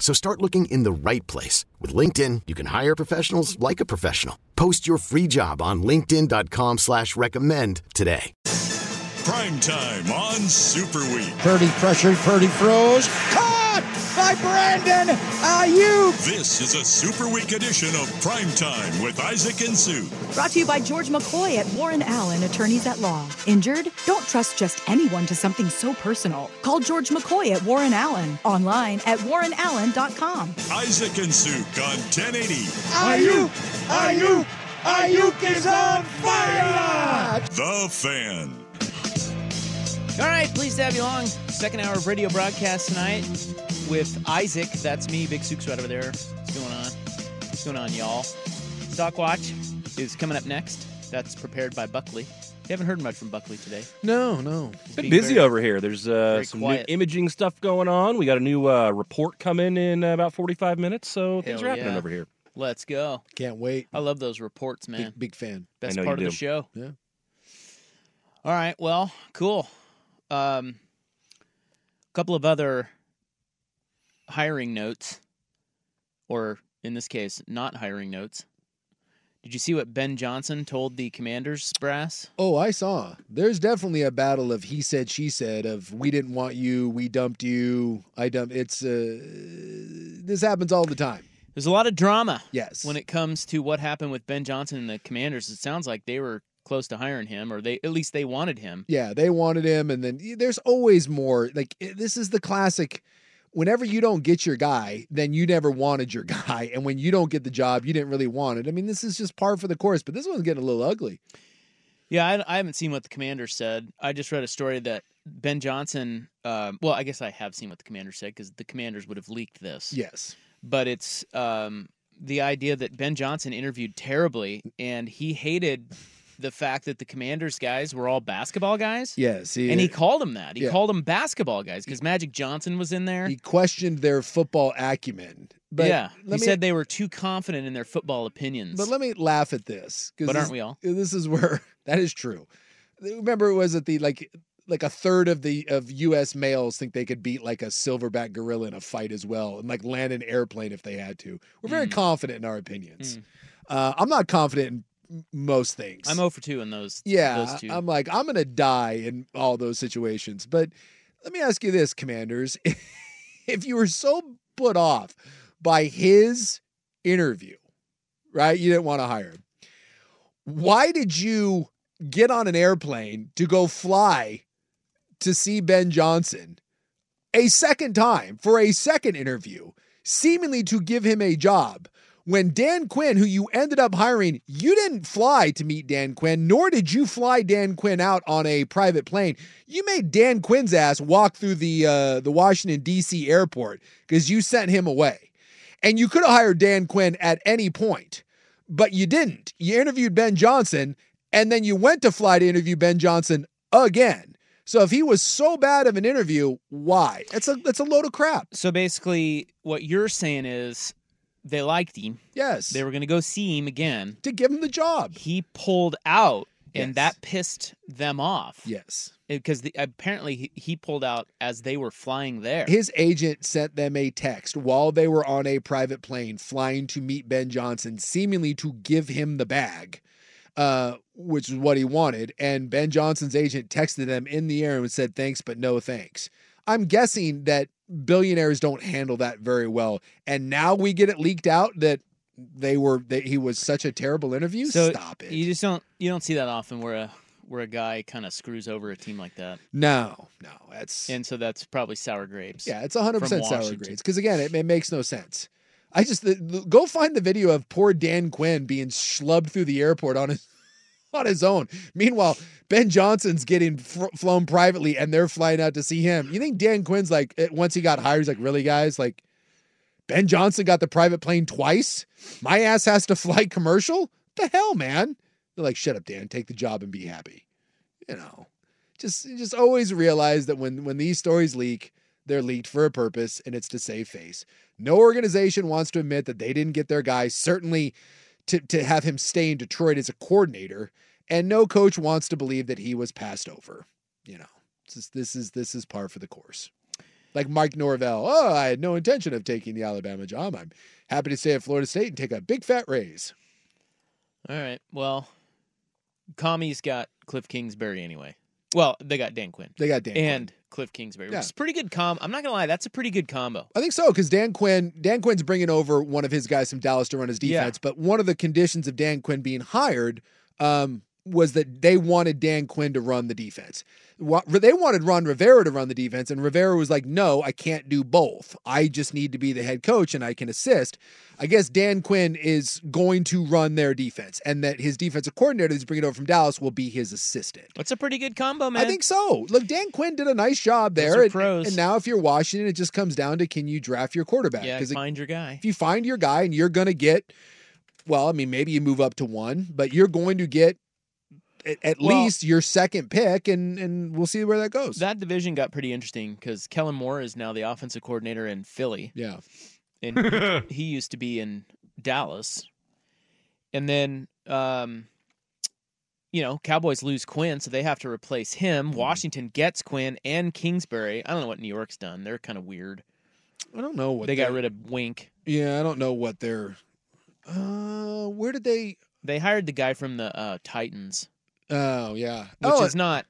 So start looking in the right place. With LinkedIn, you can hire professionals like a professional. Post your free job on linkedin.com slash recommend today. Prime time on Super Week. Purdy pressured, Purdy froze. Caught by Brandon Ayuk. This is a Super Week edition of Prime Time with Isaac and Sue. Brought to you by George McCoy at Warren Allen Attorneys at Law. Injured? Don't trust just anyone to something so personal. Call George McCoy at Warren Allen. Online at warrenallen.com. Isaac and Suk on 1080. Ayuk, Ayuk, Ayuk is on fire. The Fan. All right, pleased to have you along. Second hour of radio broadcast tonight with Isaac. That's me, Big Sook's right over there. What's going on? What's going on, y'all? Stock Watch is coming up next. That's prepared by Buckley. You haven't heard much from Buckley today. No, no. Being Been busy very- over here. There's uh, very some quiet. new imaging stuff going on. We got a new uh, report coming in uh, about 45 minutes, so things Hell are happening yeah. over here. Let's go. Can't wait. I love those reports, man. Big, big fan. Best know you part of the do. show. Yeah. All right. Well, cool. A um, couple of other hiring notes, or in this case, not hiring notes. Did you see what Ben Johnson told the Commanders brass? Oh, I saw. There's definitely a battle of he said, she said, of we didn't want you, we dumped you, I dumped. It's uh, this happens all the time. There's a lot of drama Yes. when it comes to what happened with Ben Johnson and the Commanders. It sounds like they were close to hiring him, or they at least they wanted him. Yeah, they wanted him, and then y- there's always more. Like i- this is the classic. Whenever you don't get your guy, then you never wanted your guy, and when you don't get the job, you didn't really want it. I mean, this is just par for the course. But this one's getting a little ugly. Yeah, I, I haven't seen what the commander said. I just read a story that Ben Johnson. Um, well, I guess I have seen what the commander said because the commanders would have leaked this. Yes. But it's um, the idea that Ben Johnson interviewed terribly and he hated the fact that the commanders guys were all basketball guys. Yes. And he called them that. He Yeah. called them basketball guys because Magic Johnson was in there. he questioned their football acumen. But yeah, he let me- said they were too confident in their football opinions. But let me laugh at this. 'cause But aren't this- we all? This is where that is true. Remember, it was at the like like a third of the of U.S. males think they could beat like a silverback gorilla in a fight as well, and like land an airplane if they had to. We're very Mm. confident in our opinions. Mm. Uh, I'm not confident in m- most things. I'm 0 for two in those. Yeah, those 2 I'm like I'm gonna die in all those situations. But let me ask you this, Commanders: if you were so put off by his interview, right? You didn't want to hire him. Why did you get on an airplane to go fly to see Ben Johnson a second time for a second interview, seemingly to give him a job? when Dan Quinn, who you ended up hiring, you didn't fly to meet Dan Quinn, nor did you fly Dan Quinn out on a private plane. You made Dan Quinn's ass walk through the uh, the Washington D.C. airport because you sent him away, and you could have hired Dan Quinn at any point, but you didn't. You interviewed Ben Johnson, and then you went to fly to interview Ben Johnson again. So if he was so bad of an interview, why? It's a it's a load of crap. So basically, what you're saying is they liked him. Yes, They were going to go see him again. to give him the job. He pulled out, and Yes. that pissed them off. Yes. Because the, apparently he, he pulled out as they were flying there. His agent sent them a text while they were on a private plane flying to meet Ben Johnson, seemingly to give him the bag, uh, which is what he wanted. And Ben Johnson's agent texted them in the air and said, Thanks, but no thanks. I'm guessing that billionaires don't handle that very well. And now we get it leaked out that they were that he was such a terrible interview. So Stop it. You just don't you don't see that often where a where a guy kind of screws over a team like that, no, no, that's and so that's probably sour grapes. yeah, it's hundred percent sour Washington. grades because again, it, it makes no sense. I just the, the- go find the video of poor Dan Quinn being schlubbed through the airport on his on his own. Meanwhile, Ben Johnson's getting fr- flown privately, and they're flying out to see him. You think Dan Quinn's like eh, once he got hired, he's like, really, guys, like Ben Johnson got the private plane twice. My ass has to fly commercial. the hell, man? They're like, shut up, Dan. Take the job and be happy. You know, just just always realize that when when these stories leak, they're leaked for a purpose and it's to save face. No organization wants to admit that they didn't get their guy, certainly to, to have him stay in Detroit as a coordinator, and no coach wants to believe that he was passed over. You know, this is this is this is par for the course. Like Mike Norvell, oh, I had no intention of taking the Alabama job. I'm happy to stay at Florida State and take a big fat raise. All right. Well, commies got Cliff Kingsbury anyway. Well, they got Dan Quinn They got Dan. Quinn. and Cliff Kingsbury, Yeah. which is pretty good com. I'm not gonna lie, that's a pretty good combo. I think so because Dan Quinn, Dan Quinn's bringing over one of his guys from Dallas to run his Yeah. defense. But one of the conditions of Dan Quinn being hired um, was that they wanted Dan Quinn to run the defense. Wa- They wanted Ron Rivera to run the defense, and Rivera was like, "No, I can't do both. I just need to be the head coach, and I can assist." I guess Dan Quinn is going to run their defense, and that his defensive coordinator that's bringing over from Dallas will be his assistant. That's a pretty good combo, man. I think so. Look, Dan Quinn did a nice job Those there. are and, pros. and now if you're Washington, it just comes down to can you draft your quarterback? Yeah, it- find your guy. if you find your guy and you're going to get, well, I mean, maybe you move up to one, but you're going to get at, at Well- least your second pick, and and we'll see where that goes. That division got pretty interesting because Kellen Moore is now the offensive coordinator in Philly, yeah. and he used to be in Dallas. And then, um, you know, Cowboys lose Quinn, so they have to replace Mm-hmm. him. Washington gets Quinn and Kingsbury. I don't know what New York's done; they're kind of weird. I don't know what they got their- rid of Wink. Yeah, I don't know what they're. Uh, where did they? They hired the guy from the uh, Titans, Oh yeah. which oh, is not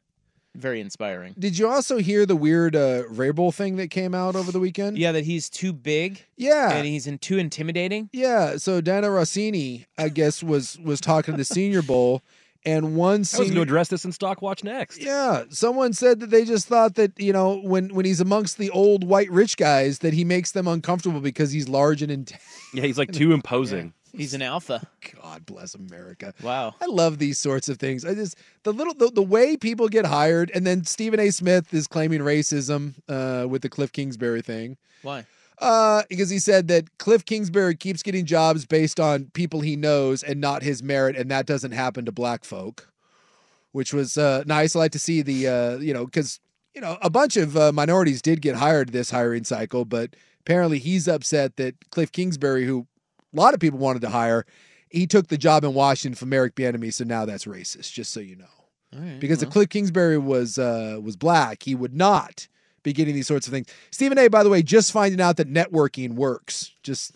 very inspiring. did you also hear the weird uh, Rabel thing that came out over the weekend? Yeah, that he's too big Yeah. and he's in too intimidating. Yeah, so Dana Rossini, I guess, was was talking to the Senior Bowl, and one I was going to senior. address this in Stock Watch next. Yeah, someone said that they just thought that you know when when he's amongst the old white rich guys that he makes them uncomfortable because he's large and intense. Yeah, he's like too imposing. He's an alpha. God bless America. Wow. I love these sorts of things. I just the little the, the way people get hired, and then Stephen A. Smith is claiming racism uh, with the Cliff Kingsbury thing. Why? Uh, because he said that Cliff Kingsbury keeps getting jobs based on people he knows and not his merit, and that doesn't happen to black folk, which was uh, nice. I like to see the uh, you know, because you know, a bunch of uh, minorities did get hired this hiring cycle, but apparently he's upset that Cliff Kingsbury, who a lot of people wanted to hire, he took the job in Washington from Eric Bieniemy, so now that's racist. Just so you know, All right, because well. if Cliff Kingsbury was uh, was black, he would not be getting these sorts of things. Stephen A. By the way, just finding out that networking works. Just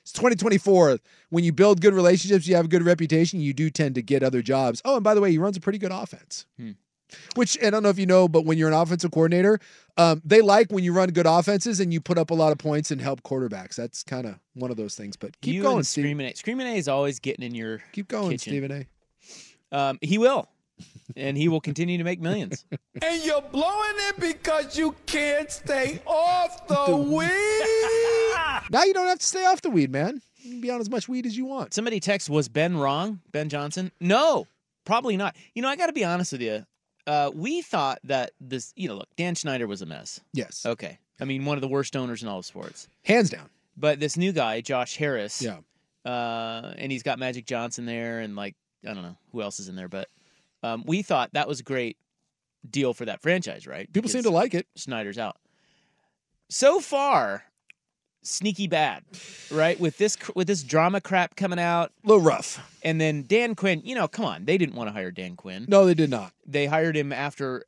it's 2024. When you build good relationships, you have a good reputation. You do tend to get other jobs. Oh, and by the way, he runs a pretty good offense. Hmm. Which I don't know if you know, but when you're an offensive coordinator, um, they like when you run good offenses and you put up a lot of points and help quarterbacks. That's kind of one of those things. But keep you going, and Steve. Screamin' A. Screamin' A is always getting in your. Keep going, Kitchen. Stephen A. Um, he will, and he will continue to make millions. And you're blowing it because you can't stay off the weed. Now you don't have to stay off the weed, man. You can be on as much weed as you want. Somebody text was Ben wrong? Ben Johnson? No, probably not. You know, I got to be honest with you. Uh, we thought that this. You know, look, Dan Schneider was a mess. Yes. Okay, I mean, one of the worst owners in all of sports. Hands down. But this new guy, Josh Harris. Yeah. uh, and he's got Magic Johnson there, and like I don't know who else is in there, but um, we thought that was a great deal for that franchise, right? People seem Because to like it. Snyder's out. So far, sneaky bad, right? With this cr- with this drama crap coming out, A little rough. and then Dan Quinn. You know, come on, they didn't want to hire Dan Quinn. No, they did not. They hired him after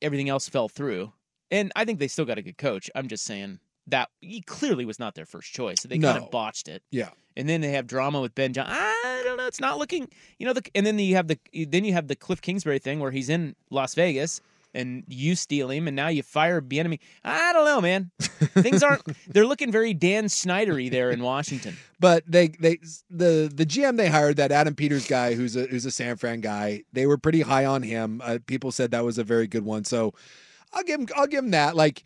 everything else fell through, and I think they still got a good coach. I'm just saying that he clearly was not their first choice. So they kind No. of botched it Yeah. and then they have drama with Ben John. I don't know. It's not looking, you know. The, and then you have the then you have the Cliff Kingsbury thing where he's in Las Vegas and you steal him, and now you fire Bienemy. I don't know, man. Things aren't. They're looking very Dan Snydery there in Washington. But they they the the GM they hired that Adam Peters guy who's a who's a San Fran guy. They were pretty high on him. Uh, people said that was a very good one. So I'll give him I'll give him that. Like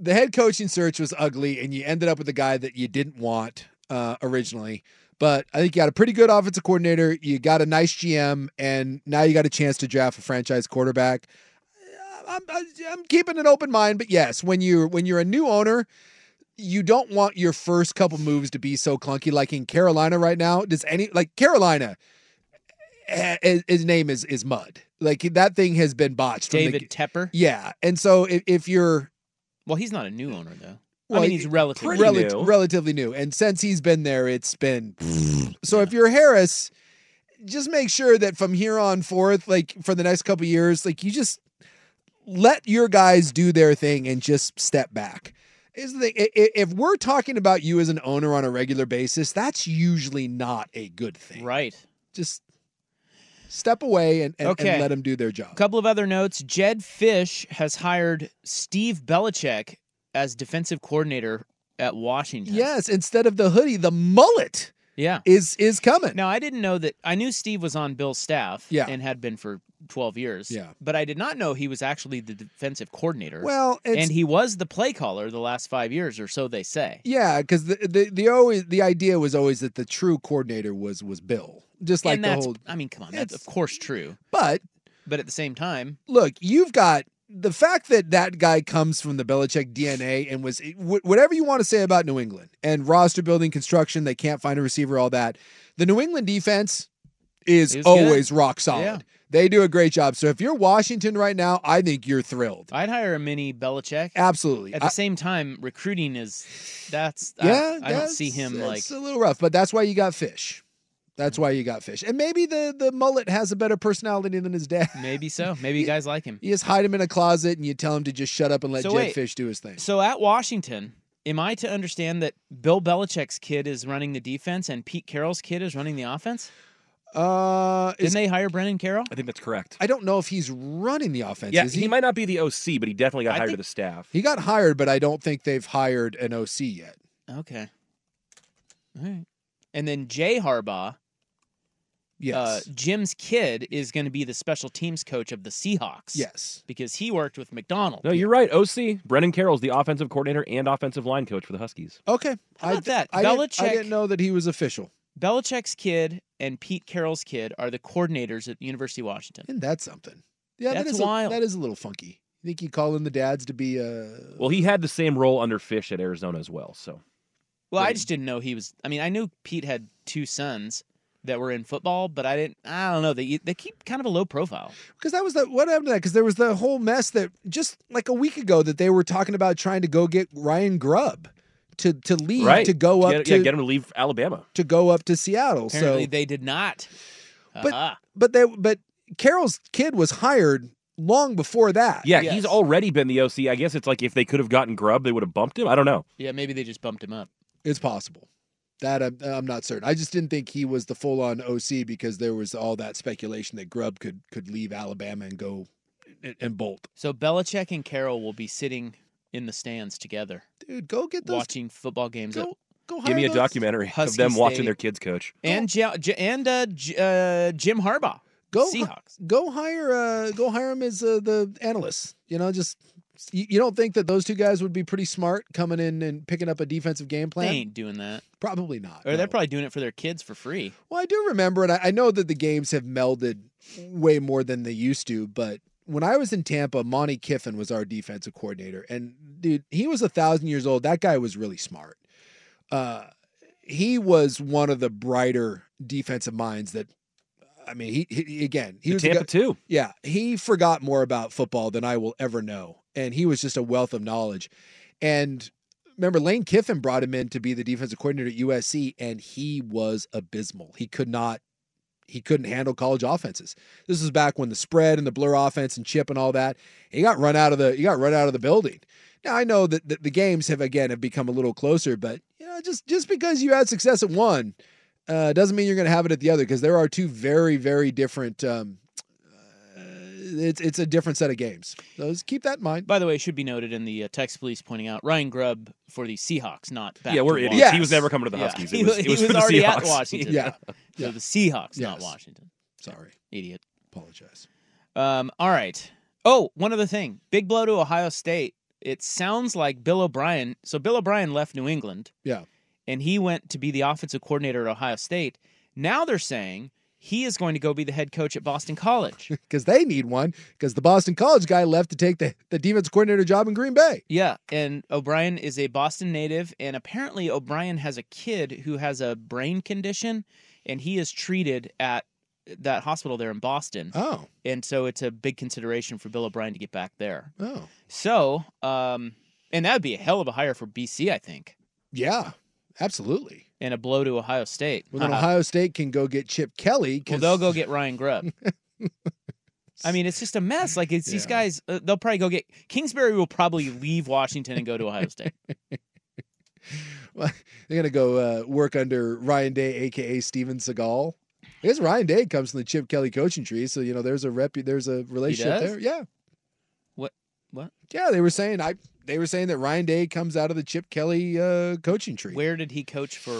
the head coaching search was ugly, and you ended up with a guy that you didn't want uh, originally. But I think you got a pretty good offensive coordinator. You got a nice GM, and now you got a chance to draft a franchise quarterback. I'm, I'm, I'm keeping an open mind, but yes, when you when you're a new owner, you don't want your first couple moves to be so clunky. Like in Carolina right now, does any like Carolina? eh, His his name is is Mud. Like that thing has been botched. from the- David Tepper. yeah, and so if, if you're Well, he's not a new owner though. Well, I mean, he's it- relatively pretty new. rela- new. relatively new, and since he's been there, it's been. so if you're Harris, just make sure that from here on forth, like for the next couple years, like you just let your guys do their thing and just step back. Is the thing i- i- if we're talking about you as an owner on a regular basis, that's usually not a good thing. right. Just step away and, and, Okay. and let them do their job. couple of other notes. Jed Fish has hired Steve Belichick as defensive coordinator at Washington. Yes, instead of the hoodie, the mullet Yeah. is is coming. Now I didn't know that I knew Steve was on Bill's staff Yeah. and had been for 12 years. Yeah. But I did not know he was actually the defensive coordinator. well, it's, and he was the play caller the last 5 years or so they say. Yeah, because the, the the always the idea was always that the true coordinator was was Bill, just like and the that's whole. I mean come on that's it's- of course true. But But at the same time, look, you've got the fact that that guy comes from the Belichick DNA and was wh- whatever you want to say about New England and roster building, construction. They can't find a receiver, all that. The New England defense is Is good. always rock solid. Yeah. They do a great job. So if you're Washington right now, I think you're thrilled. I'd hire a mini Belichick. Absolutely. At I- the same time, recruiting is that's yeah, I, I don't see that's- him like it's a little rough, but that's why you got fish. That's why you got fish, and maybe the the mullet has a better personality than his dad. Maybe so. Maybe you guys like him. You just hide him in a closet, and you tell him to just shut up and let So Jed wait. Fish do his thing. So at Washington, am I to understand that Bill Belichick's kid is running the defense and Pete Carroll's kid is running the offense? Uh, Didn't is- they hire Brennan Carroll? I think that's correct. I don't know if he's running the offense. Yeah, is he, might not be the OC, but he definitely got I hired think- to the staff. He got hired, but I don't think they've hired an OC yet. Uh, Okay. All right. And then Jay Harbaugh, Yes, uh, Jim's kid, is going to be the special teams coach of the Seahawks. yes. Because he worked with McDonald. No, you're right. OC Brennan Carroll's the offensive coordinator and offensive line coach for the Huskies. Okay, How I about d- that? I didn't, I Belichick- didn't know that he was official. Belichick's kid and Pete Carroll's kid are the coordinators at the University of Washington. Isn't that something? Yeah, that That's is a- wild. that is a little funky. You think you call in the dads to be uh Well, he had the same role under Fish at Arizona as well. So Well, I Right. just didn't know he was. I mean, I knew Pete had two sons that were in football, but I didn't. I don't know. They they keep kind of a low profile. Because that was the what happened to that? Because there was the whole mess that just like a week ago that they were talking about trying to go get Ryan Grubb to to leave right to go up yeah, to yeah, get him to leave Alabama. to go up to Seattle. Apparently, so, they did not. Uh-huh. But- Aha. but they but Carol's kid was hired long before that. Yeah, Yes. he's already been the OC. I guess it's like if they could have gotten Grubb, they would have bumped him. I don't know. yeah, maybe they just bumped him up. it's possible. That I'm, I'm not certain. I just didn't think he was the full on OC because there was all that speculation that Grubb could could leave Alabama and go and, and bolt. So Belichick and Carroll will be sitting in the stands together, Dude, go get those. watching football games. Go, go hire Give me a those- documentary of Husky them watching State. their kids coach. and Ja- Ja- and uh, J- uh, Jim Harbaugh. Go hi- Seahawks. go hire uh go hire him as uh, the analyst you know just you, you don't think that those two guys would be pretty smart coming in and picking up a defensive game They plan ain't doing that, probably not or no. they're probably doing it for their kids for free. well i do remember and I, I know that the games have melded way more than they used to but when i was in tampa monty kiffin was our defensive coordinator and dude he was a thousand years old that guy was really smart uh he was one of the brighter defensive minds that I mean, he, he again. He The was the Tampa guy- too. yeah, he forgot more about football than I will ever know. And he was just a wealth of knowledge. And remember, Lane Kiffin brought him in to be the defensive coordinator at USC, and he was abysmal. He could not he couldn't handle college offenses. This was back when the spread and the blur offense and chip and all that. He got run out of the he got run out of the building. Now I know that the, the games have again have become a little closer, but you know, just just because you had success at one uh, doesn't mean you're going to have it at the other because there are two very very different um, uh, it's it's a different set of games. So just keep that in mind. By the way, it should be noted in the uh, text police pointing out Ryan Grubb for the Seahawks, not back yeah, to we're Washington. idiots. He was Yes. never coming to the Yeah. Huskies. He It was, was- it he was, was for the already Seahawks. at Washington. Yeah. So Yeah. the Seahawks, not Yes. Washington. Sorry. Idiot. Apologize. Um, all right. Oh, one other thing. Big blow to Ohio State. It sounds like Bill O'Brien. So Bill O'Brien left New England Yeah. and he went to be the offensive coordinator at Ohio State. Now they're saying he is going to go be the head coach at Boston College. Because they need one because the Boston College guy left to take the, the defense coordinator job in Green Bay. yeah, and O'Brien is a Boston native, and apparently O'Brien has a kid who has a brain condition, and he is treated at that hospital there in Boston. Oh. And so it's a big consideration for Bill O'Brien to get back there. Oh. So, um, and that would be a hell of a hire for BC, I think, Yeah. Absolutely. and a blow to Ohio State. Well, then Haha. Ohio State can go get Chip Kelly. Uh-huh. Well, 'cause- they'll go get Ryan Grubb. I mean, it's just a mess. Like it's these Yeah. guys. Uh, they'll probably go get Kingsbury. Will probably leave Washington and go to Ohio State. They're gonna go uh, work under Ryan Day, aka Steven Seagal. I guess Ryan Day comes from the Chip Kelly coaching tree, so you know there's a rep, there's a relationship does? there. Yeah. What- what? Yeah, they were saying I. They were saying that Ryan Day comes out of the Chip Kelly uh, coaching tree. Where did he coach for?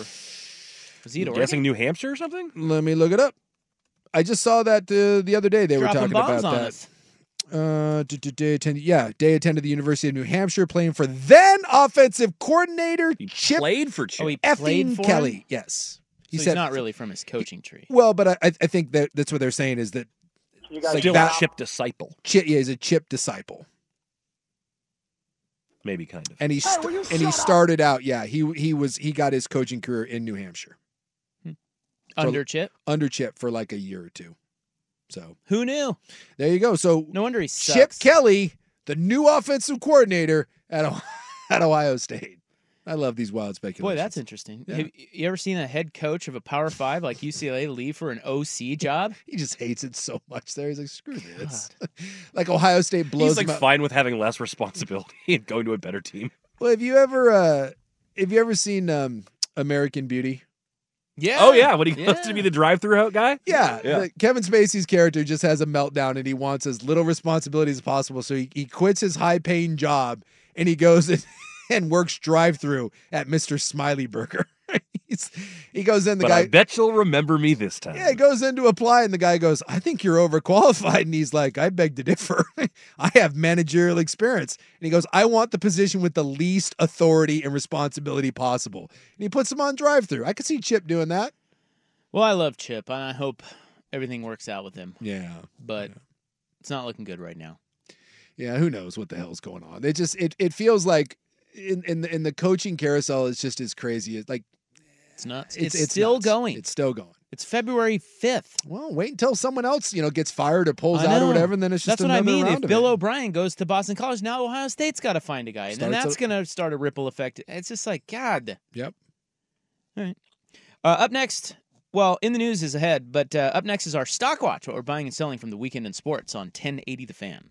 Was he at I'm Oregon? guessing New Hampshire or something? Let me look it up. I just saw that uh, the other day. They Dropping were talking bombs about on that. us. Uh, d- d- day attended, yeah, Day attended the University of New Hampshire, playing for then offensive coordinator He Chip played for Chip. Oh, he played effing for Kelly. Him? Yes, So he's not really from his coaching tree. Well, but I, I I think that that's what they're saying is that like Still that- a Chip disciple, Chip, yeah, he's a Chip disciple, maybe kind of. and he st- and he started out, yeah, he he was he got his coaching career in New Hampshire Under Chip. under Chip for like a year or two. So Who knew? there you go. So No wonder he Chip sucks. Kelly, the new offensive coordinator at Ohio, at Ohio State. I love these wild speculations. Boy, that's interesting. Yeah. Have you ever seen a head coach of a Power Five like UCLA leave for an OC job? He just hates it so much. There, he's like, screw this. like Ohio State blows He's like him out. fine with having less responsibility and going to a better team. Well, have you ever, uh have you ever seen um American Beauty? Yeah. Oh yeah, when he goes to be the drive-through guy. Yeah, Yeah. the- Kevin Spacey's character just has a meltdown and he wants as little responsibility as possible. So he, he quits his high paying job and he goes and, and works drive through at Mr. Smiley Burger. He's, he goes in, the but guy. I bet you'll remember me this time. Yeah, he goes in to apply, and the guy goes, I think you're overqualified. And he's like, I beg to differ. I have managerial experience. And he goes, I want the position with the least authority and responsibility possible. And he puts him on drive through. I could see Chip doing that. Well, I love Chip, and I hope everything works out with him. Yeah. But it's not looking good right now. Yeah, who knows what the hell's going on? It just it it feels like in in the, in the coaching carousel is just as crazy as like It's nuts. it's, It's, still nuts. going. It's It's, still going. February fifth. Well, wait until someone else you know gets fired or pulls I out or know. whatever, and then it's just That's what I another mean. round If of Bill it. O'Brien goes to Boston College, now Ohio State's got to find a guy, and then Starts that's a- going to start a ripple effect. It's just like God. Yep. Uh, up next, well, in the news is ahead, but uh, up next is our stock watch, what we're buying and selling from the weekend in sports on 1080 The Fan.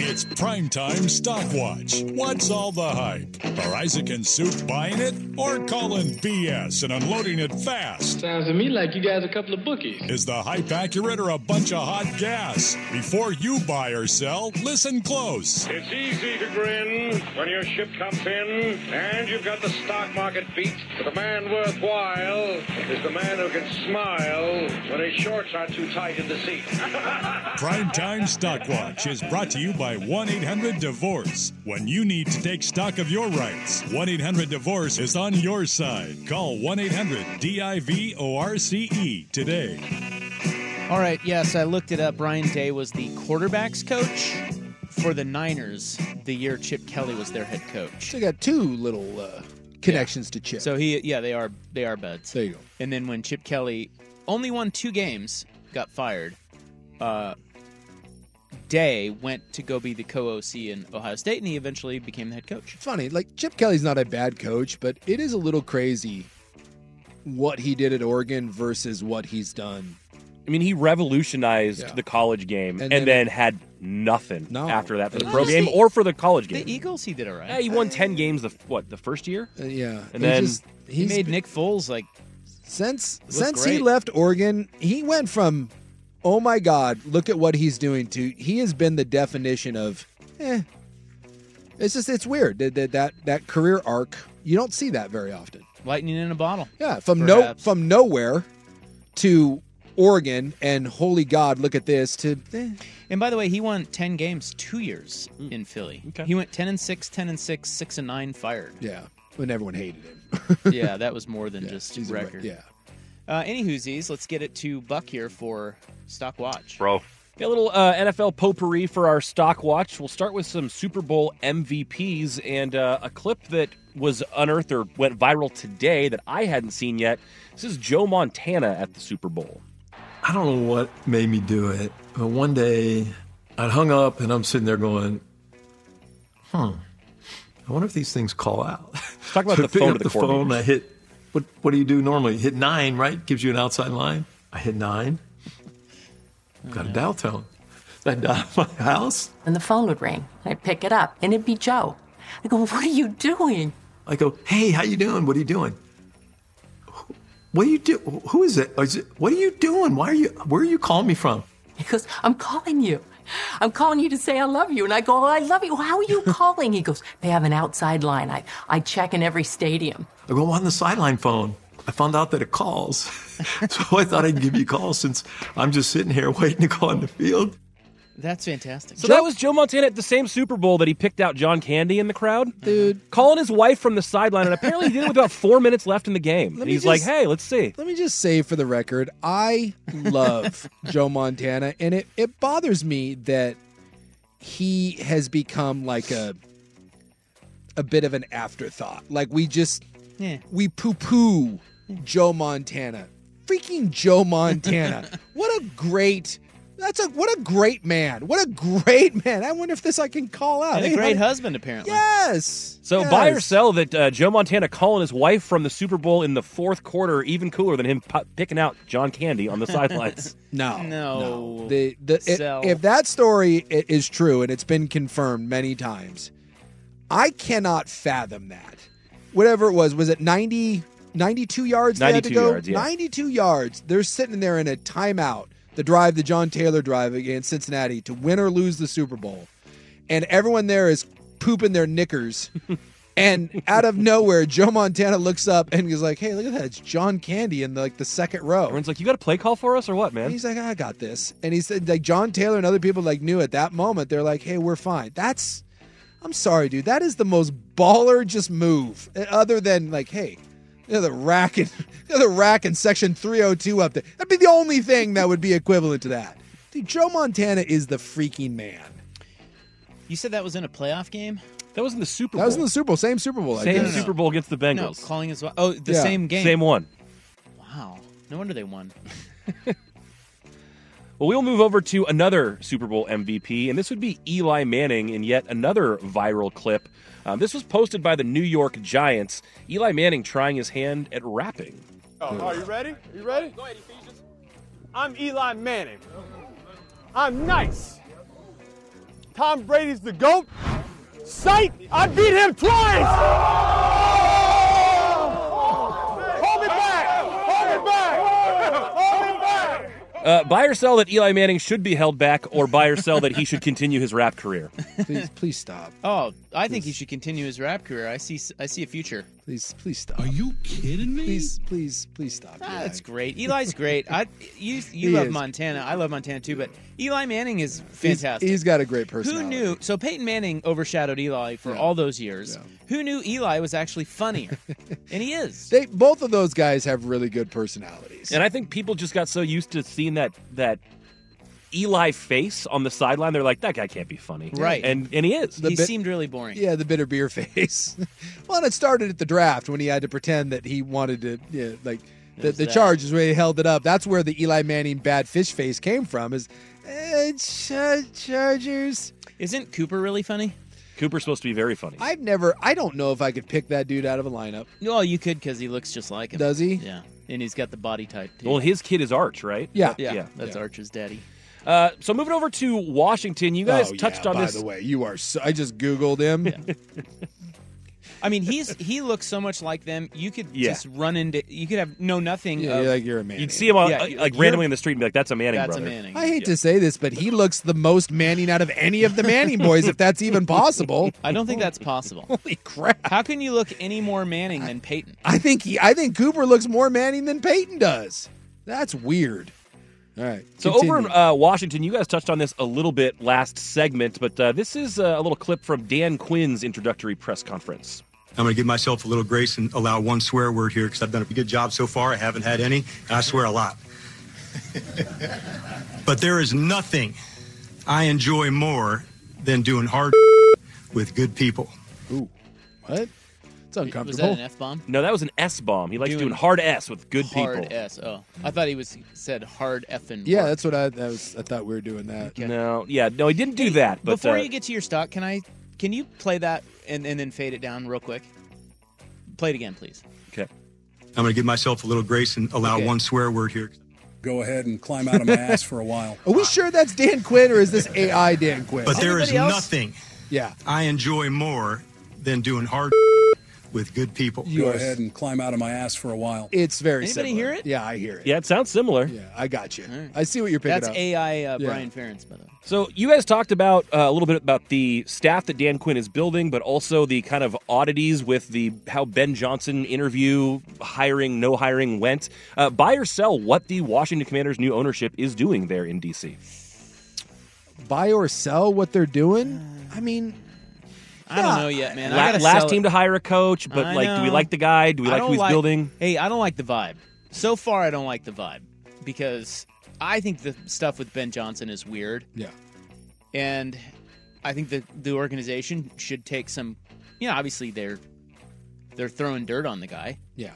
It's It's primetime stock watch. What's all the hype? Are Isaac and Soup buying it or calling BS and unloading it fast? Sounds to me like you guys are a couple of bookies. Is the hype accurate or a bunch of hot gas? Before you buy or sell, listen close. It's easy to grin when your ship comes in and you've got the stock market beat. But the man worthwhile is the man who can smile when his shorts aren't too tight in the seat. Primetime Stock Watch is brought to you by 1 800 Divorce. When you need to take stock of your rights, 1 800 Divorce is on your side. Call 1 800 D I V O R C E today. All right, yes, I looked it up. Ryan Day was the quarterbacks coach for the Niners the year Chip Kelly was their head coach. So you got two little uh, connections to Chip. So he, yeah, they are they are buds. there you go. And then when Chip Kelly only won two games, got fired. Uh, Day went to go be the co-OC in Ohio State, and he eventually became the head coach. It's funny, like Chip Kelly's not a bad coach, but it is a little crazy what he did at Oregon versus what he's done. I mean, he revolutionized the college game And and, then, then- had nothing after that for the Well, pro just game the- or for the college game. e- The Eagles, he did all right. Yeah, he won ten games. The f- what the first year, Uh, yeah, and He then just- he he's made Nick Foles like since Looked since he great. left Oregon, he went from oh my god, look at what he's doing to he has been the definition of eh. It's just it's weird that that that, that career arc. You don't see that very often. lightning in a bottle. Yeah, from Perhaps. no from nowhere to Oregon and holy god, look at this to eh. And by the way, he won 10 games 2 years Mm. in Philly. Okay. He went 10 and 6, 10 and 6, 6 and 9 fired. yeah, when everyone hated him. yeah, that was more than just He's a re- record. Yeah. Uh any whoosies, let's get it to Buck here for stock watch. Bro. Yeah, a little uh, NFL potpourri for our stock watch. We'll start with some Super Bowl MVPs and uh, a clip that was unearthed or went viral today that I hadn't seen yet. This is Joe Montana at the Super Bowl. I don't know what made me do it, but one day I'd hung up and I'm sitting there going, hmm, I wonder if these things call out. Talk about So the I pick phone up to the the coordinators. phone. I hit, what, what do you do normally? Hit nine, right? Gives you an outside line. I hit nine. Got a dial tone. I dial my house. And the phone would ring. I'd pick it up, and it'd be Joe. I go, What are you doing? I go, hey, how you doing? What are you doing? What do you do? Who is it? Is it what are you doing? Why are you, where are you calling me from? He goes, I'm calling you. I'm calling you to say I love you. And I go, oh, I love you. How are you calling? He goes, They have an outside line. I, I check in every stadium. I go on the sideline phone. I found out that it calls. so I thought I'd give you a call since I'm just sitting here waiting to go on the field. That's fantastic. So that was Joe Montana at the same Super Bowl that he picked out John Candy in the crowd, dude, calling his wife from the sideline, and apparently he did it with about four minutes left in the game. Let And me he's like, just- "Hey, let's see." Let me just say for the record, I love Joe Montana, and it, it bothers me that he has become like a a bit of an afterthought. Like we just Yeah. we poo poo Joe Montana. Freaking Joe Montana. what a great that's a what a great man. What a great man. I wonder if this I can call out. And a Hey, great how- husband apparently. Yes. So yes. buy or sell that uh, Joe Montana calling his wife from the Super Bowl in the fourth quarter even cooler than him pu- picking out John Candy on the sidelines. No. No. The, the, i- Sell. if that story i- is true and it's been confirmed many times, I cannot fathom that. Whatever it was, was it 90, 92 yards? they had to 92 go? yards, yeah. 92 yards. They're sitting there in a timeout, the drive, the John Taylor drive against Cincinnati to win or lose the Super Bowl. And everyone there is pooping their knickers. and out of nowhere, Joe Montana looks up and he's like, hey, look at that. It's John Candy in like the second row. Everyone's like, "You got a play call for us or what, And man?" he's like, "Ah, I got this. And he said, like John Taylor and other people like knew at that moment, they're like, hey, we're fine. That's, I'm sorry, dude. That is the most baller just move. Other than like, hey, they're the rack and they're the rack in section 302 up there. That'd be the only thing that would be equivalent to that. Dude, Joe Montana is the freaking man. You said that was in a playoff game? That was in the Super Bowl. That was in the Super Bowl, same Super Bowl. I same guess. Super Bowl against the No, Bengals. calling his wife. Oh, the Yeah. same game. Same one. Wow. No wonder they won. Well, we'll move over to another Super Bowl MVP, and this would be Eli Manning in yet another viral clip. Um, this was posted by the New York Giants. Eli Manning trying his hand at rapping. Oh, are you ready? Are you ready? Go ahead, Ephesians. I'm Eli Manning. I'm nice. Tom Brady's the GOAT? Sight, I beat him twice! Hold me back! Hold me back! Hold me back! Uh, buy or sell that Eli Manning should be held back, or buy or sell that he should continue his rap career. Please, please stop. Oh, I think he should continue his rap career. I see, I see a future. Please, please stop. Are you kidding me? Please, please, please stop. Ah, that's great. Eli's great. I, you, He you love is. Montana. I love Montana too. But Eli Manning is He's- fantastic. he's got a great Who personality. knew? So Peyton Manning overshadowed Eli for all those years. Who knew Eli was actually funnier? and he is. They both of those guys have really good personalities. And I think people just got so used to seeing that that Eli face on the sideline. They're like, that guy can't be funny, Right. And and he is. The He bit- seemed really boring. Yeah, the bitter beer face. well, and it started at the draft when he had to pretend that he wanted to, yeah, like the, There's the that. charge is where he held it up. That's where the Eli Manning bad fish face came from. Is eh, Char- Chargers. Isn't Cooper really funny? Cooper's supposed to be very funny. I've never. I don't know if I could pick that dude out of a lineup. Well, you could because he looks just like him. Does he? Yeah, and he's got the body type too. Well, his kid is Arch, right? Yeah. yeah, Yeah. that's Archer's daddy. Uh, so moving over to Washington, you guys Oh, touched yeah, on by this. the way, you are. So, I just googled him. I mean, he's he looks so much like them. You could Yeah. just run into. You could have know nothing. Yeah, of, you're like, you're a Manning. You'd see him on, uh, Yeah, like, like, randomly you're- in the street and be like, "That's a Manning That's a brother." Manning. I hate to say this, but he looks the most Manning out of any of the Manning boys, if that's even possible. I don't think that's possible. Holy crap! How can you look any more Manning than Peyton? I think he. I think Cooper looks more Manning than Peyton does. That's weird. All right. So continue. over in uh, Washington, you guys touched on this a little bit last segment, but uh, this is uh, a little clip from Dan Quinn's introductory press conference. I'm going to give myself a little grace and allow one swear word here because I've done a good job so far. I haven't had any, and I swear a lot. but there is nothing I enjoy more than doing hard with good people. Ooh, what? It's uncomfortable. Was that an F bomb? No, that was an S bomb. He likes doing, Doing- hard S with good Hard people. S. Oh, I thought he was said hard effing. Yeah, work. that's what I. That was, I thought we were doing that. No, yeah, no, he didn't do that. But Before uh, you get to your stock, can I can you play that and, and then fade it down real quick? Play it again, please. Okay. I'm going to give myself a little grace and allow one swear word here. Go ahead and climb out of my ass for a while. Are we sure that's Dan Quinn or is this AI Dan Quinn? But there is nothing Yeah. I enjoy more than doing hard with good people. Go ahead and climb out of my ass for a while. It's very Anybody similar. hear it? Yeah, I hear it. yeah, it sounds similar. Yeah, I got you. I see what you're picking That's up. AI uh, Yeah. Brian Ferentz, by the way. So you guys talked about uh, a little bit about the staff that Dan Quinn is building, but also the kind of oddities with the how Ben Johnson interview hiring, no hiring went. Uh, buy or sell what the Washington Commanders' new ownership is doing there in DC. Buy or sell what they're doing? I mean, I don't know yet, man. I La- gotta last sell team it. to hire a coach, but I like, do we know. like the guy? Do we I like don't who he's like- building? Hey, I don't like the vibe. So far, I don't like the vibe because I think the stuff with Ben Johnson is weird. Yeah. And I think the the organization should take some. You know, obviously they're they're throwing dirt on the guy. Yeah.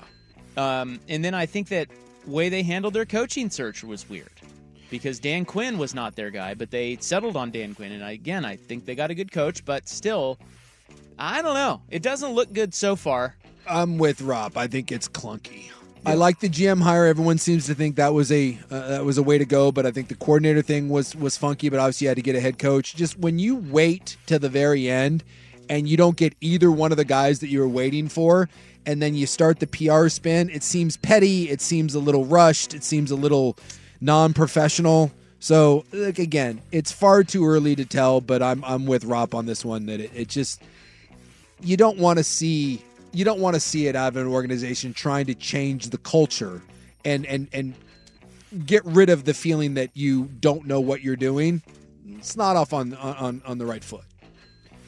Um, and then I think that way they handled their coaching search was weird because Dan Quinn was not their guy, but they settled on Dan Quinn. And I, again, I think they got a good coach, but still, I don't know. It doesn't look good so far. I'm with Rob. I think it's clunky. I like the GM hire. Everyone seems to think that was a uh, that was a way to go, but I think the coordinator thing was was funky. But obviously, you had to get a head coach. Just when you wait to the very end, and you don't get either one of the guys that you were waiting for, and then you start the PR spin. It seems petty. It seems a little rushed. It seems a little non-professional. So like, again, it's far too early to tell. But I'm I'm with Rob on this one that it, it just you don't want to see you don't want to see it out of an organization trying to change the culture and and and get rid of the feeling that you don't know what you're doing. It's not off on on on the right foot.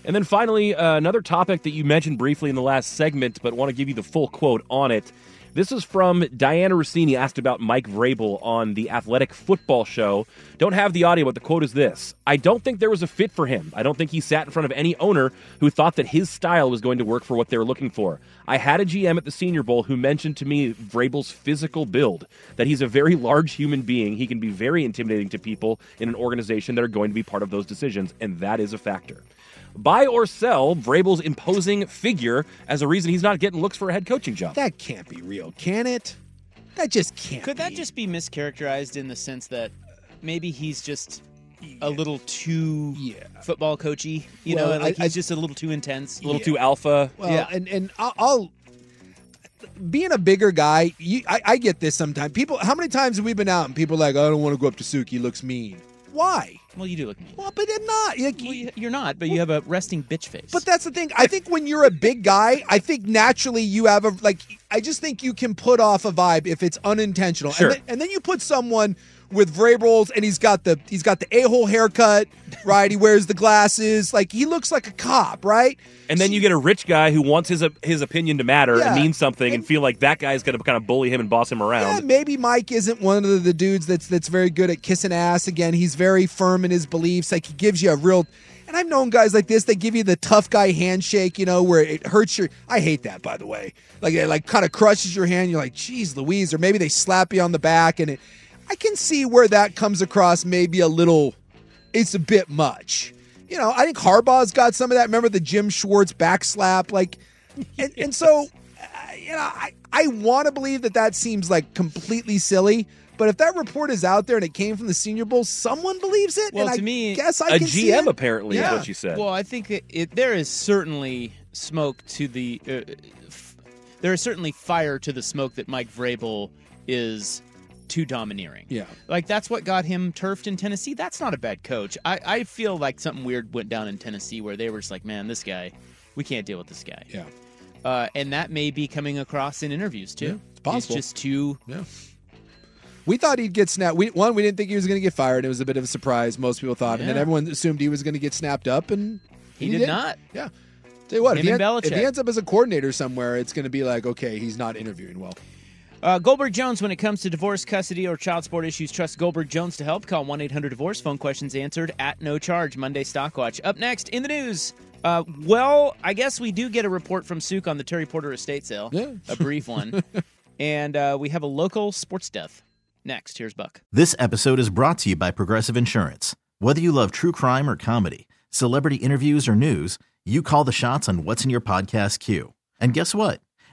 And then finally, uh, another topic that you mentioned briefly in the last segment, but want to give you the full quote on it. This is from Diana Rossini, asked about Mike Vrabel on the Athletic Football Show. Don't have the audio, but the quote is this I don't think there was a fit for him. I don't think he sat in front of any owner who thought that his style was going to work for what they were looking for. I had a GM at the Senior Bowl who mentioned to me Vrabel's physical build, that he's a very large human being. He can be very intimidating to people in an organization that are going to be part of those decisions, and that is a factor buy or sell Vrabel's imposing figure as a reason he's not getting looks for a head coaching job. That can't be real, can it? That just can't. Could that just be mischaracterized in the sense that maybe he's just a little too football coachy. You Well, know, like I- he's just a little too intense, A little too alpha. Well, yeah, and and I'll, I'll being a bigger guy, you, I, I get this sometimes. People, how many times have we been out and people are like, I don't want to go up to Suki, he looks mean. Why? Well, you do look mean. Well, but I'm not. Like, you're not, but you have a resting bitch face. But that's the thing. I think when you're a big guy, I think naturally you have a like. I just think you can put off a vibe if it's unintentional. Sure. And, then, and then you put someone with Vrabels, and he's got the he's got the a hole haircut, right? he wears the glasses. Like he looks like a cop, right? And then you get a rich guy who wants his his opinion to matter Yeah. and mean something, and feel like that guy's going to kind of bully him and boss him Yeah, around. maybe Mike isn't one of the dudes that's that's very good at kissing ass. Again, he's very firm in his beliefs. Like he gives you a real. And I've known guys like this. They give you the tough guy handshake, you know, where it hurts your. I hate that, by the way. Like it like kind of crushes your hand. You're like, geez, Louise. Or maybe they slap you on the back, and it. I can see where that comes across. Maybe a little. It's a bit much. You know, I think Harbaugh's got some of that. Remember the Jim Schwartz backslap, like, and, and so uh, you know, I, I want to believe that that seems like completely silly, but if that report is out there and it came from the Senior Bowl, someone believes it. Well, and to I me, guess I can see it. Yeah. Well, I think that it, there is certainly smoke to the. Uh, f- there is certainly fire to the smoke that Mike Vrabel is too domineering. Yeah. Like that's what got him turfed in Tennessee. That's not a bad coach. I, I feel like something weird went down in Tennessee where they were just like, man, this guy, we can't deal with this guy. Yeah. Uh, and that may be coming across in interviews too. Yeah, it's possible. just too. Yeah. We thought he'd get snapped. We, one, we didn't think he was going to get fired. It was a bit of a surprise. Most people thought, and then Yeah. everyone assumed he was going to get snapped up, and He and did didn't. not. Yeah. Tell you what, if Him he, and en- if he Belichick. ends up as a coordinator somewhere, it's going to be like, okay, he's not interviewing well. Uh, Goldberg Jones, when it comes to divorce, custody, or child support issues, trust Goldberg Jones to help. Call 1 800 Divorce. Phone questions answered at no charge. Monday Stock Watch. Up next in the news. Uh, well, I guess we do get a report from Souk on the Terry Porter estate sale. Yeah. A brief one. and uh, we have a local sports death. Next, here's Buck. This episode is brought to you by Progressive Insurance. Whether you love true crime or comedy, celebrity interviews or news, you call the shots on what's in your podcast queue. And guess what?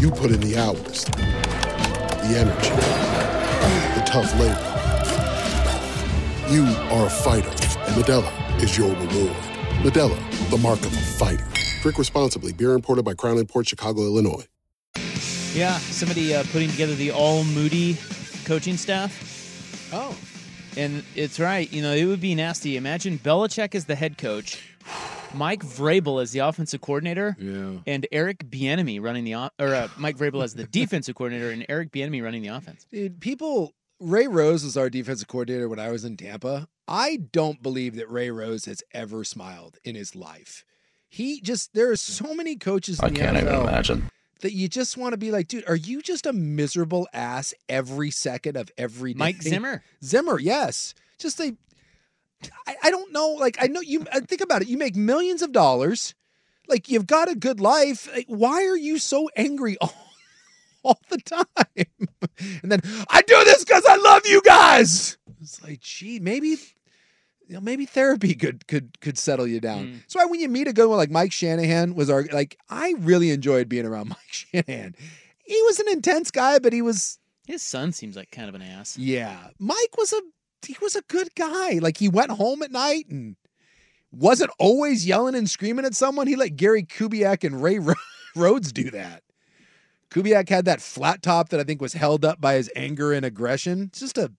You put in the hours, the energy, the tough labor. You are a fighter, and Medella is your reward. Medella, the mark of a fighter. Drink responsibly. Beer imported by Crown Port Chicago, Illinois. Yeah, somebody uh, putting together the all Moody coaching staff. Oh. And it's right. You know, it would be nasty. Imagine Belichick as the head coach, Mike Vrabel as the offensive coordinator, and Eric Bieniemy running the o- or uh, Mike Vrabel as the defensive coordinator, and Eric Bieniemy running the offense. Dude, people. Ray Rose was our defensive coordinator when I was in Tampa. I don't believe that Ray Rose has ever smiled in his life. He just there are so many coaches. In the NFL that you just want to be like, dude. Are you just a miserable ass every second of every day? Mike Zimmer? Zimmer, yes. Just a. I, I don't know. Like I know you. I think about it. You make millions of dollars. Like you've got a good life. Like, why are you so angry all, all the time? and then I do this because I love you guys. It's like, gee, maybe, you know, maybe therapy could could could settle you down. So I- when you meet a good one like Mike Shanahan was our like, I really enjoyed being around Mike Shanahan. He was an intense guy, but he was His son seems like kind of an ass. yeah. Mike was a he was a good guy. Like he went home at night and wasn't always yelling and screaming at someone. He let Gary Kubiak and Ray Ro- roads do that. Kubiak had that flat top that I think was held up by his anger and aggression. It's just a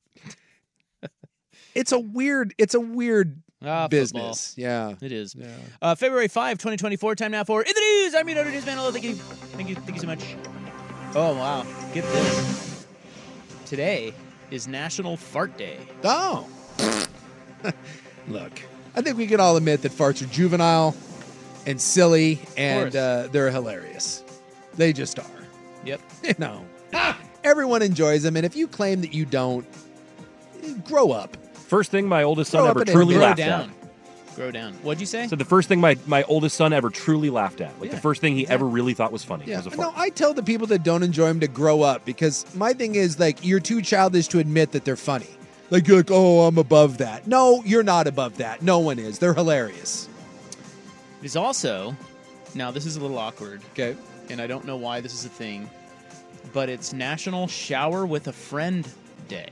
it's a weird it's a weird Ah, business. football. Yeah. It is. Uh, February 5, 2024, time now for In the News. I'm your noted newsman. Hello, thank you. Thank you. Thank you so much. Oh, wow. Get this. Today is National Fart Day. Oh. Look, I think we can all admit that farts are juvenile and silly and course. uh, they're hilarious. They just are. Yep. You know, everyone enjoys them. And if you claim that you don't, grow up. First thing my oldest son Grow up ever and truly grow laughed down. at. Grow down. What'd you say? So the first thing my, my oldest son ever truly laughed at, like Yeah, the first thing he ever really thought was funny, Yeah. was a fart. No, I tell the people that don't enjoy them to grow up because my thing is like you're too childish to admit that they're funny. Like you're like, oh, I'm above that. No, you're not above that. No one is. They're hilarious. It is also, now this is a little awkward. Okay. And I don't know why this is a thing, but it's National Shower with a Friend Day.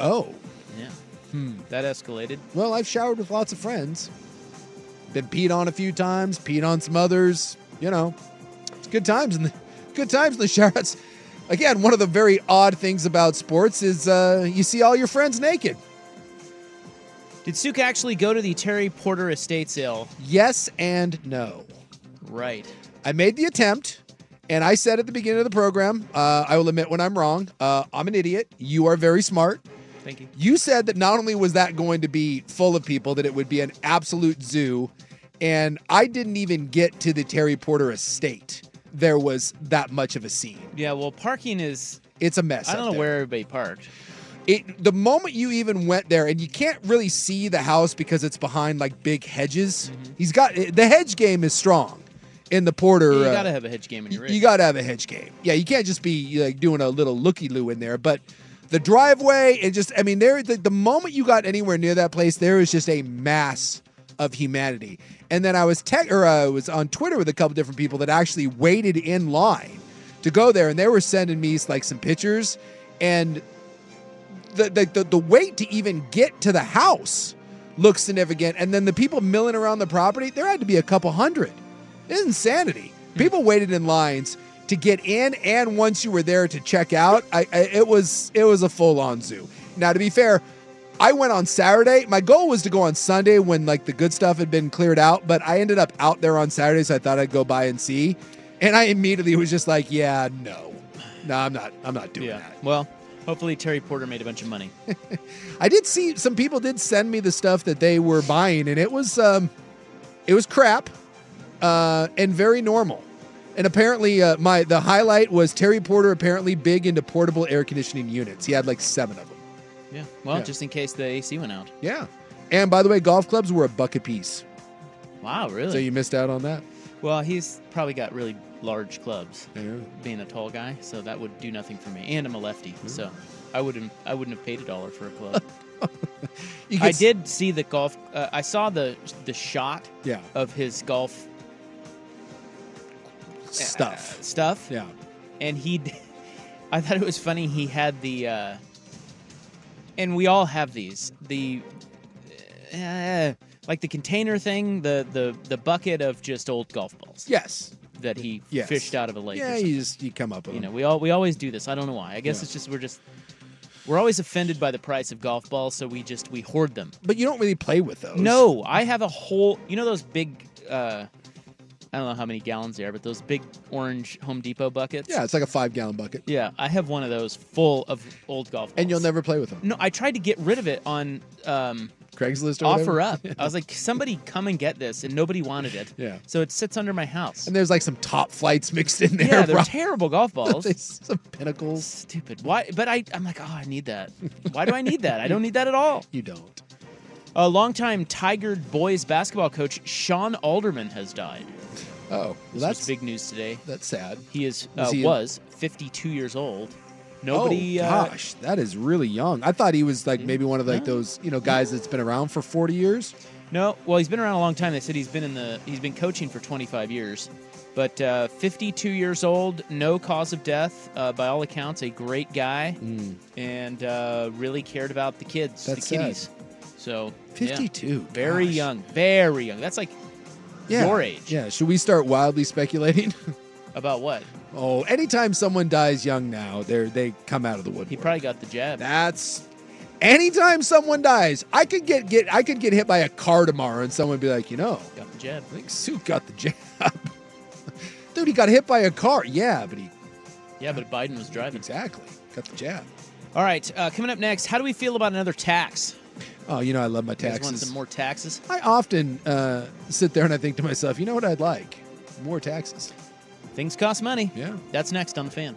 Oh. Yeah. Hmm. That escalated. Well, I've showered with lots of friends. Been peed on a few times, peed on some others. You know, it's good times in the good times in the shower. It's- again, one of the very odd things about sports is uh, you see all your friends naked. Did Suk actually go to the Terry Porter estate sale? Yes and no. Right. I made the attempt, and I said at the beginning of the program, uh, I will admit when I'm wrong. Uh, I'm an idiot. You are very smart. Thank you. You said that not only was that going to be full of people, that it would be an absolute zoo. And I didn't even get to the Terry Porter estate. There was that much of a scene. Yeah, well, parking is. It's a mess. I don't up know there. where everybody parked. It the moment you even went there, and you can't really see the house because it's behind like big hedges. Mm-hmm. He's got the hedge game is strong in the Porter. You uh, gotta have a hedge game in your rig. you got to have a hedge game. Yeah, you can't just be like doing a little looky loo in there. But the driveway and just, I mean, there the, the moment you got anywhere near that place, there was just a mass of humanity. And then I was tech or I was on Twitter with a couple different people that actually waited in line to go there, and they were sending me like some pictures and. The, the, the, the wait to even get to the house looks significant. And then the people milling around the property, there had to be a couple hundred. It's insanity. People waited in lines to get in, and once you were there to check out, I, I it was it was a full on zoo. Now, to be fair, I went on Saturday. My goal was to go on Sunday when like the good stuff had been cleared out, but I ended up out there on Saturday, so I thought I'd go by and see. And I immediately was just like, yeah, no, no, I'm not, I'm not doing yeah. that. Well, hopefully Terry Porter made a bunch of money. I did see some people did send me the stuff that they were buying, and it was um, it was crap, uh, and very normal. And apparently, uh, my the highlight was Terry Porter. Apparently, big into portable air conditioning units. He had like seven of them. Yeah. Well, Yeah. just in case the AC went out. Yeah. And by the way, golf clubs were a buck apiece. Wow, really? So you missed out on that. Well, he's probably got really large clubs, Yeah. being a tall guy. So that would do nothing for me. And I'm a lefty, Mm. so I wouldn't. I wouldn't have paid a dollar for a club. You could I s- did see the golf. Uh, I saw the the shot Yeah. of his golf uh, Stuff. stuff. Yeah. And he, d- I thought it was funny. He had the, uh, and we all have these the, uh, like the container thing, the the the bucket of just old golf balls Yes. that he Yes. fished out of a lake. or Yeah. something. You just you come up with You know, them. we all we always do this. I don't know why. I guess it's just we're just we're always offended by the price of golf balls, so we just we hoard them. But you don't really play with those. No, I have a whole. You know those big. Uh, I don't know how many gallons they are, but those big orange Home Depot buckets. Yeah, it's like a five gallon bucket, Yeah, I have one of those full of old golf. Balls. and you'll never play with them. No, I tried to get rid of it on um, Craigslist or offer whatever? up. I was like, somebody come and get this, and nobody wanted it. Yeah. So it sits under my house. And there's like some top flights mixed in there. yeah, they're bro. terrible golf balls. There's some pinnacles. Stupid. Why? But I, I'm like, oh, I need that. Why do I need that? I don't need that at all. You don't. A longtime Tiger boys basketball coach Sean Alderman has died. Oh, This that's was big news today. That's sad. He is uh, Was was, he- 52 years old. Nobody. Oh, uh, Mm-hmm. gosh, that is really young. I thought he was like maybe one of like those you know guys that's been around for forty years. no. Well, he's been around a long time. They said he's been in the he's been coaching for 25 years, but uh, 52 years old, no cause of death. Uh, by all accounts, a great guy, and uh, really cared about the kids, Hmm. That's the sad. kiddies. So yeah. 52, very gosh. young, very young. That's like Yeah. Your age. Yeah. Should we start wildly speculating? About what? oh, anytime someone dies young now, they are they come out of the woodwork. He probably got the jab. That's anytime someone dies, I could get get I could get hit by a car tomorrow, and someone would be like, you know, Got the jab. I think Sue got the jab. Dude, he got hit by a car. Yeah, but he Yeah, but Biden was driving. Exactly. Got the jab. All right. Uh, coming up next, how do we feel about another tax? Oh, you know, I love my You guys want taxes. some more taxes? I often uh, sit there and I think to myself, you know what I'd like? More taxes. Things cost money. Yeah. That's next on the fan.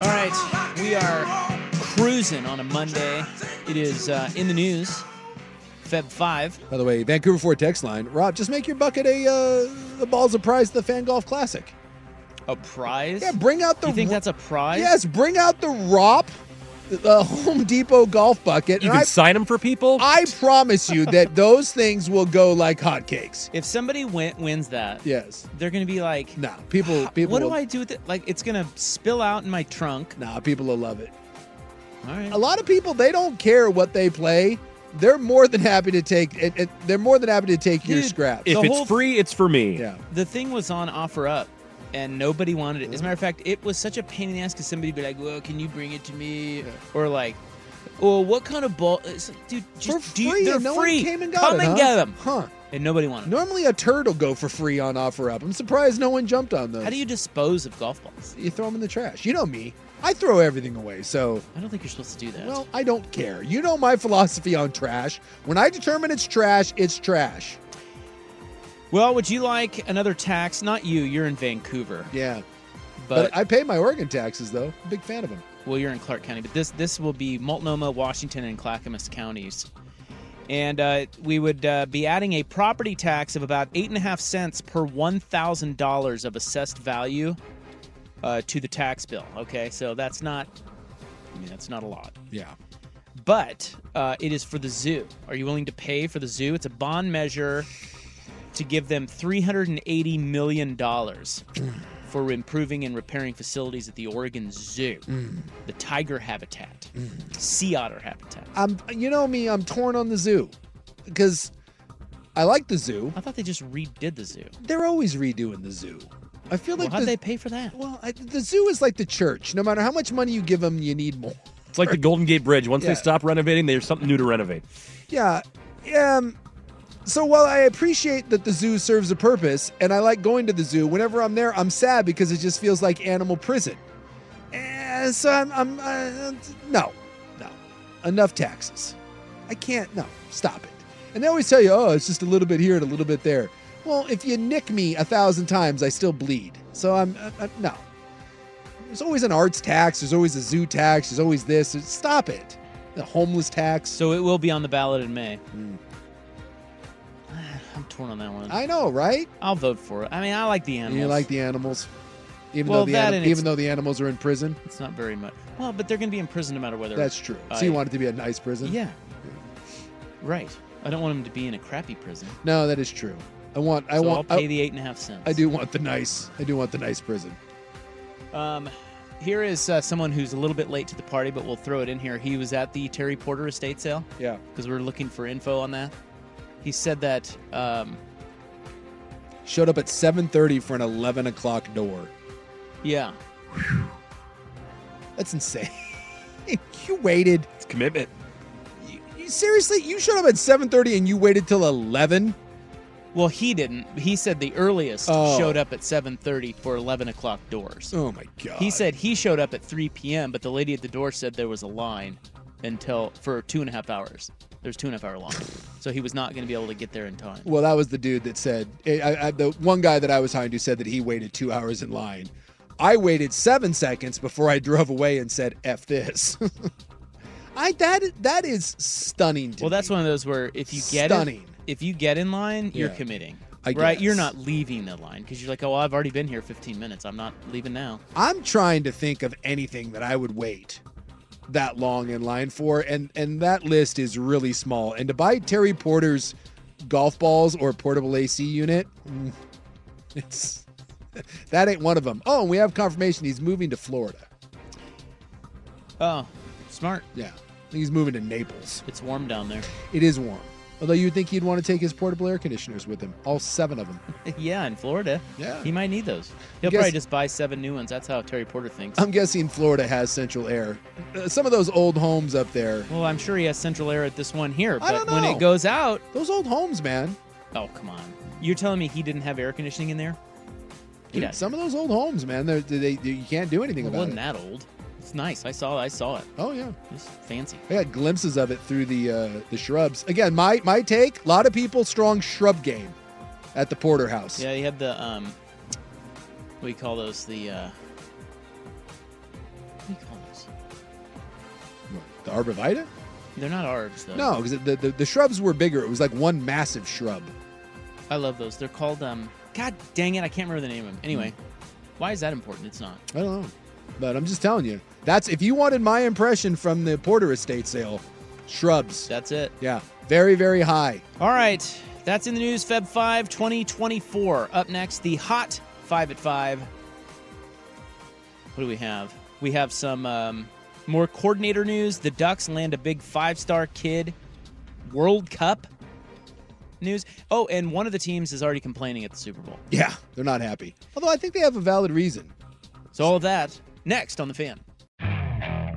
All right, we are cruising on a Monday. It is uh, in the news, Feb 5. By the way, Vancouver Ford text line, Rob, just make your bucket a uh, a balls of prize at the Fan Golf Classic. A prize? Yeah, bring out the. You think that's a prize? Yes, bring out the ROP, the Home Depot golf bucket. You and can I, sign them for people. I promise you that those things will go like hotcakes. If somebody win- wins that, Yes. they're going to be like, Nah, people. People. what do will, I do with it? Like, it's going to spill out in my trunk. Nah, people will love it. All right. A lot of people they don't care what they play. They're more than happy to take. It, it, they're more than happy to take your Dude, scraps. if the it's whole- free, it's for me. yeah. The thing was on offer up. And nobody wanted it. As a matter of fact, it was such a pain in the ass because somebody would be like, "Well, can you bring it to me?" Or like, "Well, what kind of ball?" It's like, Dude, For just do free, you- they're and no free. one came and got Come it, and huh? get them. Huh. And nobody wanted. them. Normally a turd will go for free on offer up. I'm surprised no one jumped on those. How do you dispose of golf balls? you throw them in the trash? You know me. I throw everything away. So I don't think you're supposed to do that. well, I don't care. You know my philosophy on trash. When I determine it's trash, it's trash. Well, would you like another tax? Not you. You're in Vancouver, Yeah. but, I pay my Oregon taxes though. Big fan of them. well, you're in Clark County. But this this will be Multnomah, Washington, and Clackamas counties, and uh, we would uh, be adding a property tax of about eight and a half cents per one thousand dollars of assessed value uh, to the tax bill. Okay, so that's not. I mean, that's not a lot. Yeah. but uh, it is for the zoo. Are you willing to pay for the zoo? It's a bond measure to give them $380 million for improving and repairing facilities at the Oregon Zoo, Mm. the tiger habitat, sea otter habitat. I'm. You know me. I'm torn on the zoo because I like the zoo. I thought they just redid the zoo. They're always redoing the zoo. I feel Well, like how'd the, they pay for that? well, I, the zoo is like the church. No matter how much money you give them, you need more. It's like the Golden Gate Bridge. Once Yeah. they stop renovating, there's something new to renovate. Yeah. Um, so while I appreciate that the zoo serves a purpose and I like going to the zoo, whenever I'm there, I'm sad because it just feels like animal prison. Eh, so I'm, I'm uh, no, no, enough taxes. I can't, no, stop it. And they always tell you, oh, it's just a little bit here and a little bit there. Well, if you nick me a thousand times, I still bleed. So I'm, uh, uh, no. There's always an arts tax, there's always a zoo tax, there's always this. Stop it. The homeless tax. So it will be on the ballot in May. I'm torn on that one. I, Mm. I know, right? will vote for it. I mean, I like the And animals. you like the animals, even Well, though the that anim- and it's- even though the animals are in prison. It's not very much. Well, but they're going to be in prison no matter whether. uh, That's true. So I- you want it to be a nice prison? Yeah. Right. I don't want him to be in a crappy prison. No, that is true. I want. I so want. I'll pay I, the eight and a half cents. I do want the nice. I do want the nice prison. Um, here is uh, someone who's a little bit late to the party, but we'll throw it in here. He was at the Terry Porter estate sale Yeah. because we are looking for info on that. He said that um, Showed up at seven thirty for an eleven o'clock door. Yeah. That's insane. you waited. It's commitment. You, seriously? You showed up at seven thirty and you waited till eleven? Well, he didn't. He said the earliest Oh. showed up at 7:30 for 11 o'clock doors. Oh my god. He said he showed up at 3 p.m., but the lady at the door said there was a line until for two and a half hours. There's two and a half hour line, so he was not going to be able to get there in time. Well, that was the dude that said eh, I, I, the one guy that I was hired who said that he waited two hours in line. I waited seven seconds before I drove away and said "f this." I that that is stunning. To Well, that's me. one of those where if you get Stunning. in, if you get in line, you're Yeah. committing. I right? guess. You're not leaving the line because you're like, oh, I've already been here 15 minutes. I'm not leaving now. I'm trying to think of anything that I would wait that long in line for, and and that list is really small. And to buy Terry Porter's golf balls or portable AC unit, mm, it's that ain't one of them. Oh, and we have confirmation he's moving to Florida. Oh, smart. Yeah, he's moving to Naples. It's warm down there. It is warm. Although you'd think he'd want to take his portable air conditioners with him, all seven of them. yeah, in Florida. Yeah. He might need those. He'll Guess- probably just buy seven new ones. That's how Terry Porter thinks. I'm guessing Florida has central air. Uh, some of those old homes up there, well, I'm sure he has central air at this one here, I but don't when know. it goes out. those old homes, man. Oh, come on. You're telling me he didn't have air conditioning in there? Get Dude, outta some of those old homes, man, they're, they, they you can't do anything Well, it about wasn't it. that old. It's nice. I saw. I saw it. Oh yeah, It's fancy. I got glimpses of it through the uh, the shrubs. Again, my my take: a lot of people strong shrub game at the porterhouse. Yeah, you had the um, what do you call those? The uh, what do you call those? The arborvitae? They're not arbs though. No, because the, the the shrubs were bigger. It was like one massive shrub. I love those. They're called um. God dang it! I can't remember the name of them. Anyway, why is that important? It's not. I don't know, but I'm just telling you. That's if you wanted my impression from the Porter estate sale, shrubs. That's it. Yeah, very very high. All right, that's in the news. Feb 5, 2024. Up next, the hot five at five. What do we have? We have some um, more coordinator news. The Ducks land a big five star kid. World Cup news. Oh, and one of the teams is already complaining at the Super Bowl. Yeah, they're not happy. Although I think they have a valid reason. So all of that next on the fan.